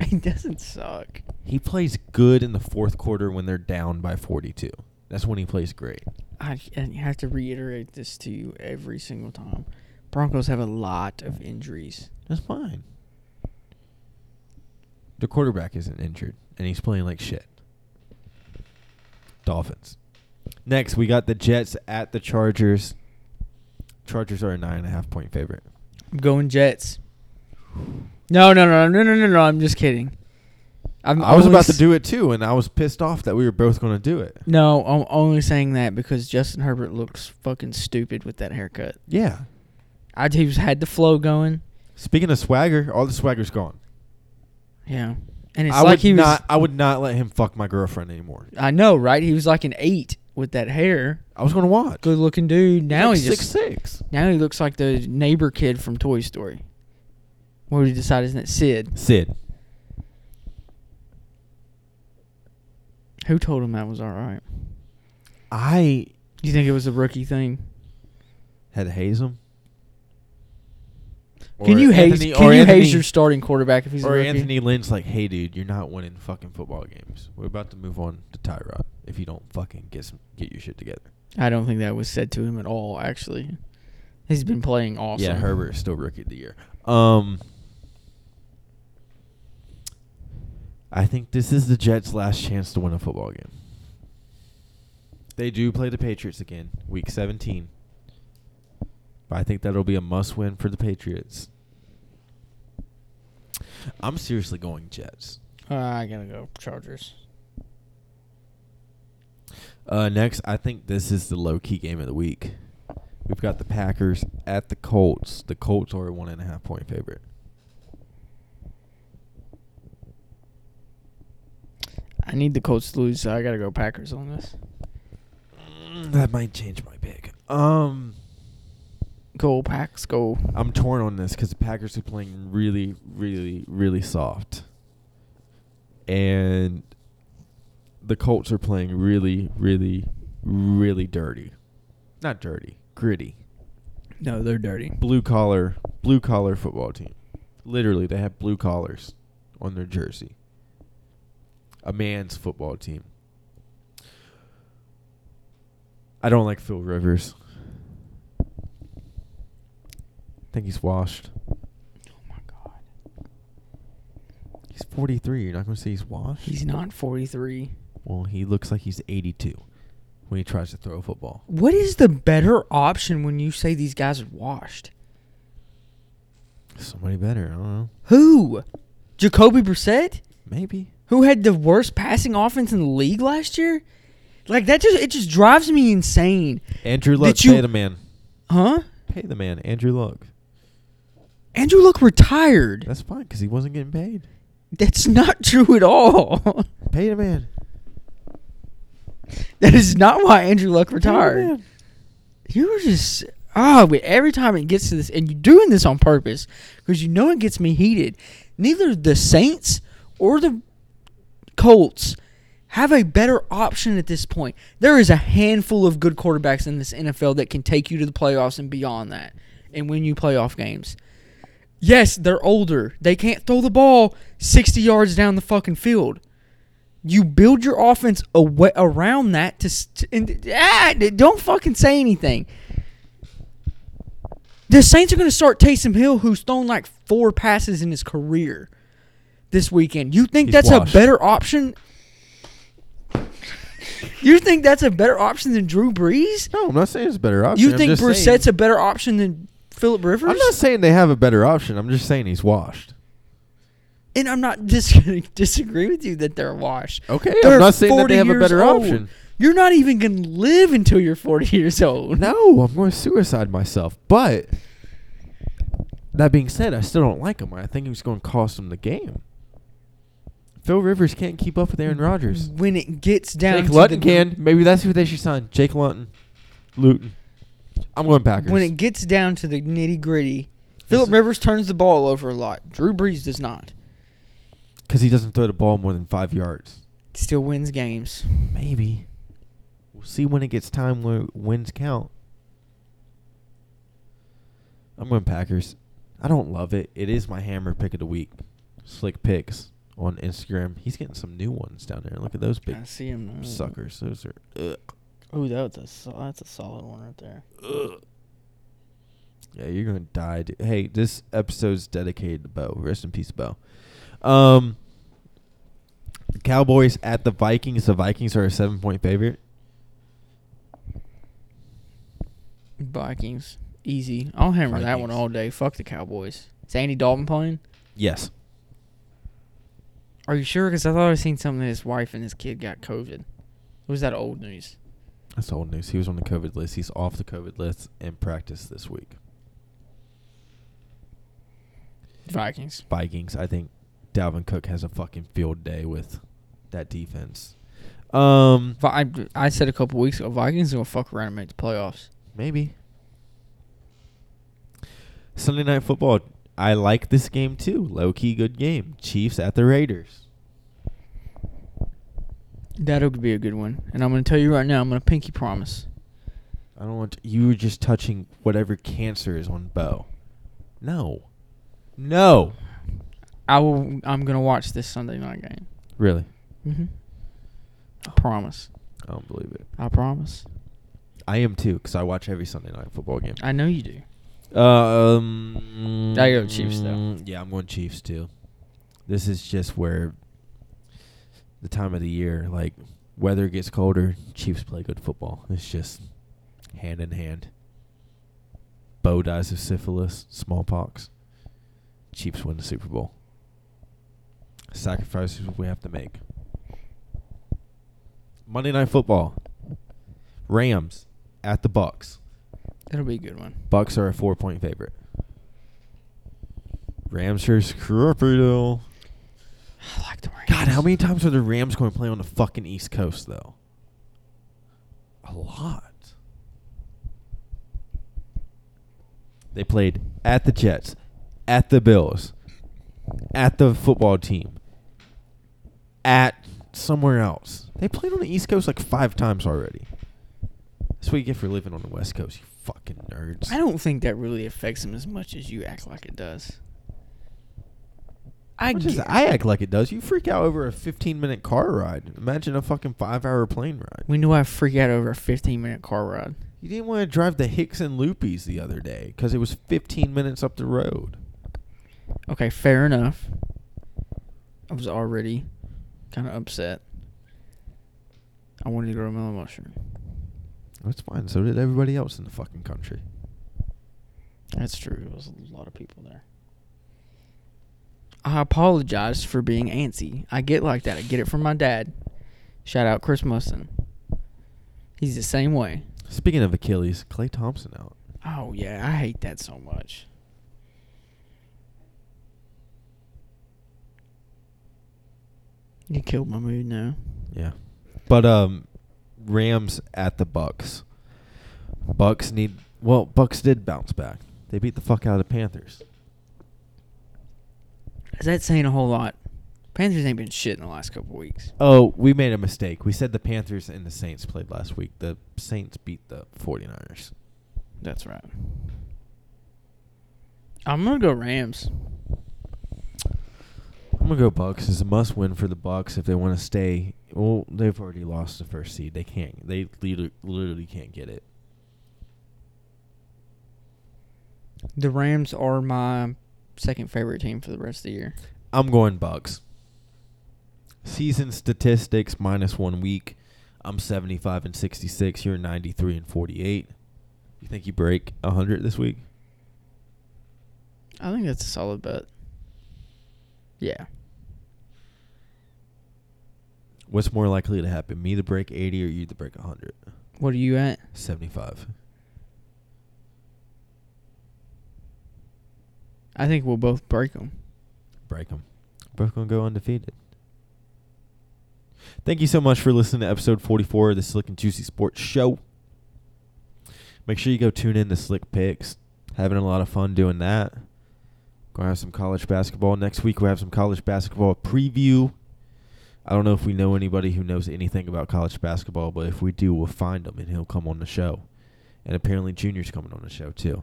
Speaker 1: He doesn't suck.
Speaker 2: He plays good in the fourth quarter when they're down by 42. That's when he plays great.
Speaker 1: I, I have to reiterate this to you every single time. Broncos have a lot of injuries.
Speaker 2: That's fine. The quarterback isn't injured, and he's playing like shit. Dolphins. Next, we got the Jets at the Chargers. Chargers are a nine and a half point favorite.
Speaker 1: I'm going Jets. No, no, no, no, no, no, no. I'm just kidding. I'm
Speaker 2: I was
Speaker 1: only
Speaker 2: about to
Speaker 1: s-
Speaker 2: do it too, and I was pissed off that we were both going to do it.
Speaker 1: No, I'm only saying that because Justin Herbert looks fucking stupid with that haircut.
Speaker 2: Yeah.
Speaker 1: I he was had the flow going.
Speaker 2: Speaking of swagger, all the swagger's gone.
Speaker 1: Yeah, and it's
Speaker 2: I
Speaker 1: like
Speaker 2: would
Speaker 1: he was.
Speaker 2: not. I would not let him fuck my girlfriend anymore.
Speaker 1: I know, right? He was like an eight. with that hair,
Speaker 2: I was gonna watch.
Speaker 1: good looking dude. Now
Speaker 2: he's
Speaker 1: he
Speaker 2: like
Speaker 1: just
Speaker 2: six six.
Speaker 1: now he looks like the neighbor kid from Toy Story. What did he decide isn't it Sid?
Speaker 2: Sid.
Speaker 1: Who told him that was all right?
Speaker 2: I
Speaker 1: Do you think it was a rookie thing?
Speaker 2: had to haze him.
Speaker 1: Can
Speaker 2: Or
Speaker 1: you haze?
Speaker 2: Anthony-
Speaker 1: Can
Speaker 2: or
Speaker 1: you
Speaker 2: Anthony-
Speaker 1: haze your starting quarterback if he's a
Speaker 2: Or
Speaker 1: rookie?
Speaker 2: Anthony Lynn's like, hey, dude, you're not winning fucking football games. We're about to move on to Tyrod if you don't fucking get some, get your shit together.
Speaker 1: I don't think that was said to him at all. Actually, he's been playing awesome.
Speaker 2: Yeah, Herbert's still rookie of the year. Um, I think this is the Jets' last chance to win a football game. They do play the Patriots again, week 17. But I think that'll be a must win for the Patriots. I'm seriously going Jets.
Speaker 1: Uh, I gotta go Chargers.
Speaker 2: Uh, next, I think this is the low key game of the week. We've got the Packers at the Colts. The Colts are a one and a half point favorite.
Speaker 1: I need the Colts to lose, so I gotta go Packers on this.
Speaker 2: Mm, That might change my pick. Um,
Speaker 1: Go Packs, go.
Speaker 2: I'm torn on this because the Packers are playing really, really, really soft, and the Colts are playing really, really, really dirty. Not dirty, gritty.
Speaker 1: No, they're dirty.
Speaker 2: blue collar blue collar football team. Literally, they have blue collars on their jersey. A man's football team. I don't like Phil Rivers. I think he's washed.
Speaker 1: Oh my god,
Speaker 2: He's 43. You're not going to say he's washed?
Speaker 1: he's not forty three.
Speaker 2: Well, he looks like he's 82 when he tries to throw a football.
Speaker 1: What is the better option when you say these guys are washed?
Speaker 2: Somebody better. I don't know.
Speaker 1: Who? Jacoby Brissett,
Speaker 2: Maybe.
Speaker 1: who had the worst passing offense in the league last year. Like that just it just drives me insane,
Speaker 2: Andrew
Speaker 1: Did
Speaker 2: Luck.
Speaker 1: you-
Speaker 2: Pay the man.
Speaker 1: huh?
Speaker 2: Pay the man. Andrew Luck.
Speaker 1: Andrew Luck retired.
Speaker 2: That's fine because he wasn't getting paid.
Speaker 1: That's not [laughs] true at all.
Speaker 2: Pay the man.
Speaker 1: that is not why Andrew Luck
Speaker 2: Pay the
Speaker 1: retired.
Speaker 2: man.
Speaker 1: You were just ah, but every time it gets to this, and you're doing this on purpose because you know it gets me heated. Neither the Saints or the Colts have a better option at this point. There is a handful of good quarterbacks in this NFL that can take you to the playoffs and beyond that, and win you playoff games. Yes, they're older. They can't throw the ball 60 yards down the fucking field. You build your offense away, around that to, s- to and, ah, d- don't fucking say anything. The Saints are going to start Taysom Hill, who's thrown like four passes in his career this weekend. You think
Speaker 2: He's
Speaker 1: that's
Speaker 2: washed.
Speaker 1: a better option? You think that's a better option than Drew Brees?
Speaker 2: No, I'm not saying it's a better option.
Speaker 1: You
Speaker 2: I'm
Speaker 1: think
Speaker 2: just
Speaker 1: Brissett's a
Speaker 2: saying,
Speaker 1: better option than Philip Rivers?
Speaker 2: I'm not saying they have a better option. I'm just saying he's washed.
Speaker 1: and I'm not [laughs] dis- disagree with you that they're washed.
Speaker 2: Okay,
Speaker 1: They're
Speaker 2: I'm not saying that
Speaker 1: 40
Speaker 2: they have a
Speaker 1: years
Speaker 2: better
Speaker 1: old.
Speaker 2: option.
Speaker 1: You're not even going to live until you're 40 [laughs] years old.
Speaker 2: No, I'm going to suicide myself. But that being said, I still don't like him. I think he's going to cost him the game. Phil Rivers can't keep up with Aaron Rodgers.
Speaker 1: When it gets down
Speaker 2: Jake
Speaker 1: to
Speaker 2: Lutton
Speaker 1: the,
Speaker 2: can. Maybe that's who they should sign. Jake Lutton, Luton. I'm going Packers.
Speaker 1: When it gets down to the nitty gritty, Philip
Speaker 2: is-
Speaker 1: Rivers turns the ball over a lot. Drew Brees does not.
Speaker 2: Because he doesn't throw the ball more than five yards.
Speaker 1: Still wins games.
Speaker 2: Maybe. We'll see when it gets time where wins count. I'm going Packers. I don't love it. It is my hammer pick of the week. Slick picks on Instagram. He's getting some new ones down there. Look at those big
Speaker 1: I see him. now.
Speaker 2: suckers. Those are ugh,
Speaker 1: Oh, that's a sol- that's a solid one right there.
Speaker 2: ugh. Yeah, you're gonna die. Dude. Hey, this episode's dedicated to Bo. Rest in peace, Bo. Um, the Cowboys at the Vikings. The Vikings are a seven point favorite.
Speaker 1: Vikings, easy. I'll hammer that one
Speaker 2: Vikings.
Speaker 1: all day. Fuck the Cowboys. Is Andy Dalton playing?
Speaker 2: Yes.
Speaker 1: Are you sure? Because I thought I seen something that his wife and his kid got COVID. Was that old news?
Speaker 2: That's old news. He was on the COVID list. He's off the COVID list and practiced this week.
Speaker 1: Vikings.
Speaker 2: Vikings, I think Dalvin Cook has a fucking field day with that defense. Um,
Speaker 1: Vi- I, I said a couple weeks ago, Vikings gonna fuck around and make the playoffs.
Speaker 2: maybe Sunday night football. I like this game too. Low key, good game. Chiefs at the Raiders.
Speaker 1: That would be a good one. And I'm gonna tell you right now, I'm gonna pinky promise.
Speaker 2: I don't want you were just touching whatever cancer is on Bo. No, no,
Speaker 1: I will. I'm gonna watch this Sunday night game.
Speaker 2: really.
Speaker 1: Mm-hmm. I promise.
Speaker 2: I don't believe it.
Speaker 1: I promise.
Speaker 2: I am too because I watch every Sunday night football game.
Speaker 1: I know you do.
Speaker 2: Uh, Um, mm,
Speaker 1: I go Chiefs, though.
Speaker 2: Yeah, I'm going Chiefs too. This is just where the time of the year, like weather gets colder, Chiefs play good football. It's just hand in hand. Bo dies of syphilis, smallpox. Chiefs win the Super Bowl. Sacrifices we have to make. Monday Night Football. Rams at the Bucks.
Speaker 1: That'll be a good one.
Speaker 2: Bucks are a four point favorite. Rams sure screw up though.
Speaker 1: I like the Rams.
Speaker 2: God, how many times are the Rams going to play on the fucking East Coast though? A lot. They played at the Jets, at the Bills, at the football team, at somewhere else. They played on the East Coast like five times already. That's what you get for living on the West Coast, you fucking nerds.
Speaker 1: I don't think that really affects them as much as you act like it does. I
Speaker 2: What is
Speaker 1: get-
Speaker 2: that? I act like it does. You freak out over a 15 minute car ride. Imagine a fucking five hour plane ride.
Speaker 1: We knew I freak out over a 15 minute car ride.
Speaker 2: you didn't want to drive the Hicks and Loopies the other day because it was 15 minutes up the road.
Speaker 1: Okay, fair enough. I was already kind of upset. I wanted to grow a melon mushroom.
Speaker 2: That's fine. So did everybody else in the fucking country.
Speaker 1: That's true. There was a lot of people there. I apologize for being antsy. I get like that. I get it from my dad. Shout out Chris Mustin. He's the same way.
Speaker 2: Speaking of Achilles, Clay Thompson out.
Speaker 1: Oh yeah, I hate that so much. You killed my mood now.
Speaker 2: Yeah. But um Rams at the Bucks. Bucks need well, Bucks did bounce back. They beat the fuck out of the Panthers.
Speaker 1: Is that saying a whole lot? Panthers ain't been shit in the last couple weeks.
Speaker 2: Oh, we made a mistake. We said the Panthers and the Saints played last week. The Saints beat the 49ers.
Speaker 1: That's right. I'm gonna go Rams.
Speaker 2: I'm gonna go Bucks. It's a must win for the Bucks if they want to stay. Well, they've already lost the first seed. They can't. They literally, literally can't get it.
Speaker 1: The Rams are my second favorite team for the rest of the year.
Speaker 2: I'm going Bucks. Season statistics minus one week. I'm 75 and 66. You're 93 and 48. You think you break 100 this week?
Speaker 1: I think that's a solid bet. Yeah.
Speaker 2: What's more likely to happen? Me to break 80 or you to break 100?
Speaker 1: What are you at?
Speaker 2: 75.
Speaker 1: I think we'll both break them.
Speaker 2: Break them. Both gonna go undefeated. Thank you so much for listening to episode 44 of the Slick and Juicy Sports Show. Make sure you go tune in to Slick Picks. Having a lot of fun doing that. Gonna have some college basketball next week. We have some college basketball preview. I don't know if we know anybody who knows anything about college basketball, but if we do, we'll find him and he'll come on the show. And apparently, Junior's coming on the show too.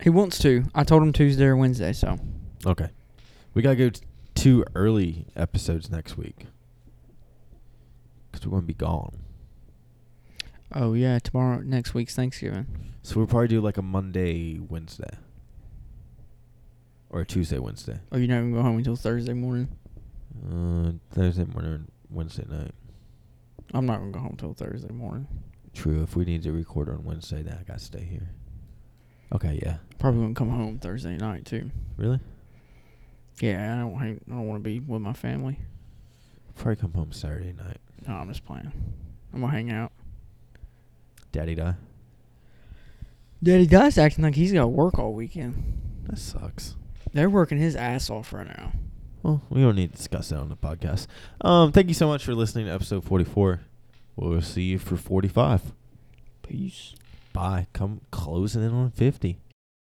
Speaker 1: He wants to. I told him Tuesday or Wednesday, so.
Speaker 2: Okay. We got to go t- two early episodes next week. Because we're going to be gone.
Speaker 1: Oh yeah, tomorrow next week's Thanksgiving.
Speaker 2: So we'll probably do like a Monday, Wednesday. Or a Tuesday, Wednesday.
Speaker 1: Oh, you're not gonna go home until Thursday morning.
Speaker 2: Uh, Thursday morning, Wednesday night.
Speaker 1: I'm not gonna go home till Thursday morning.
Speaker 2: True. If we need to record on Wednesday, then I got to stay here. Okay, yeah.
Speaker 1: Probably gonna come home Thursday night too.
Speaker 2: Really?
Speaker 1: Yeah, I don't hang, I don't want to be with my family.
Speaker 2: Probably come home Saturday night.
Speaker 1: No, I'm just playing. I'm gonna hang out.
Speaker 2: Daddy die.
Speaker 1: Daddy Dice acting like he's gotta work all weekend.
Speaker 2: That sucks.
Speaker 1: They're working his ass off right now.
Speaker 2: Well, we don't need to discuss that on the podcast. Um, thank you so much for listening to episode 44. We'll see you for 45.
Speaker 1: Peace.
Speaker 2: Bye. Come closing in on 50.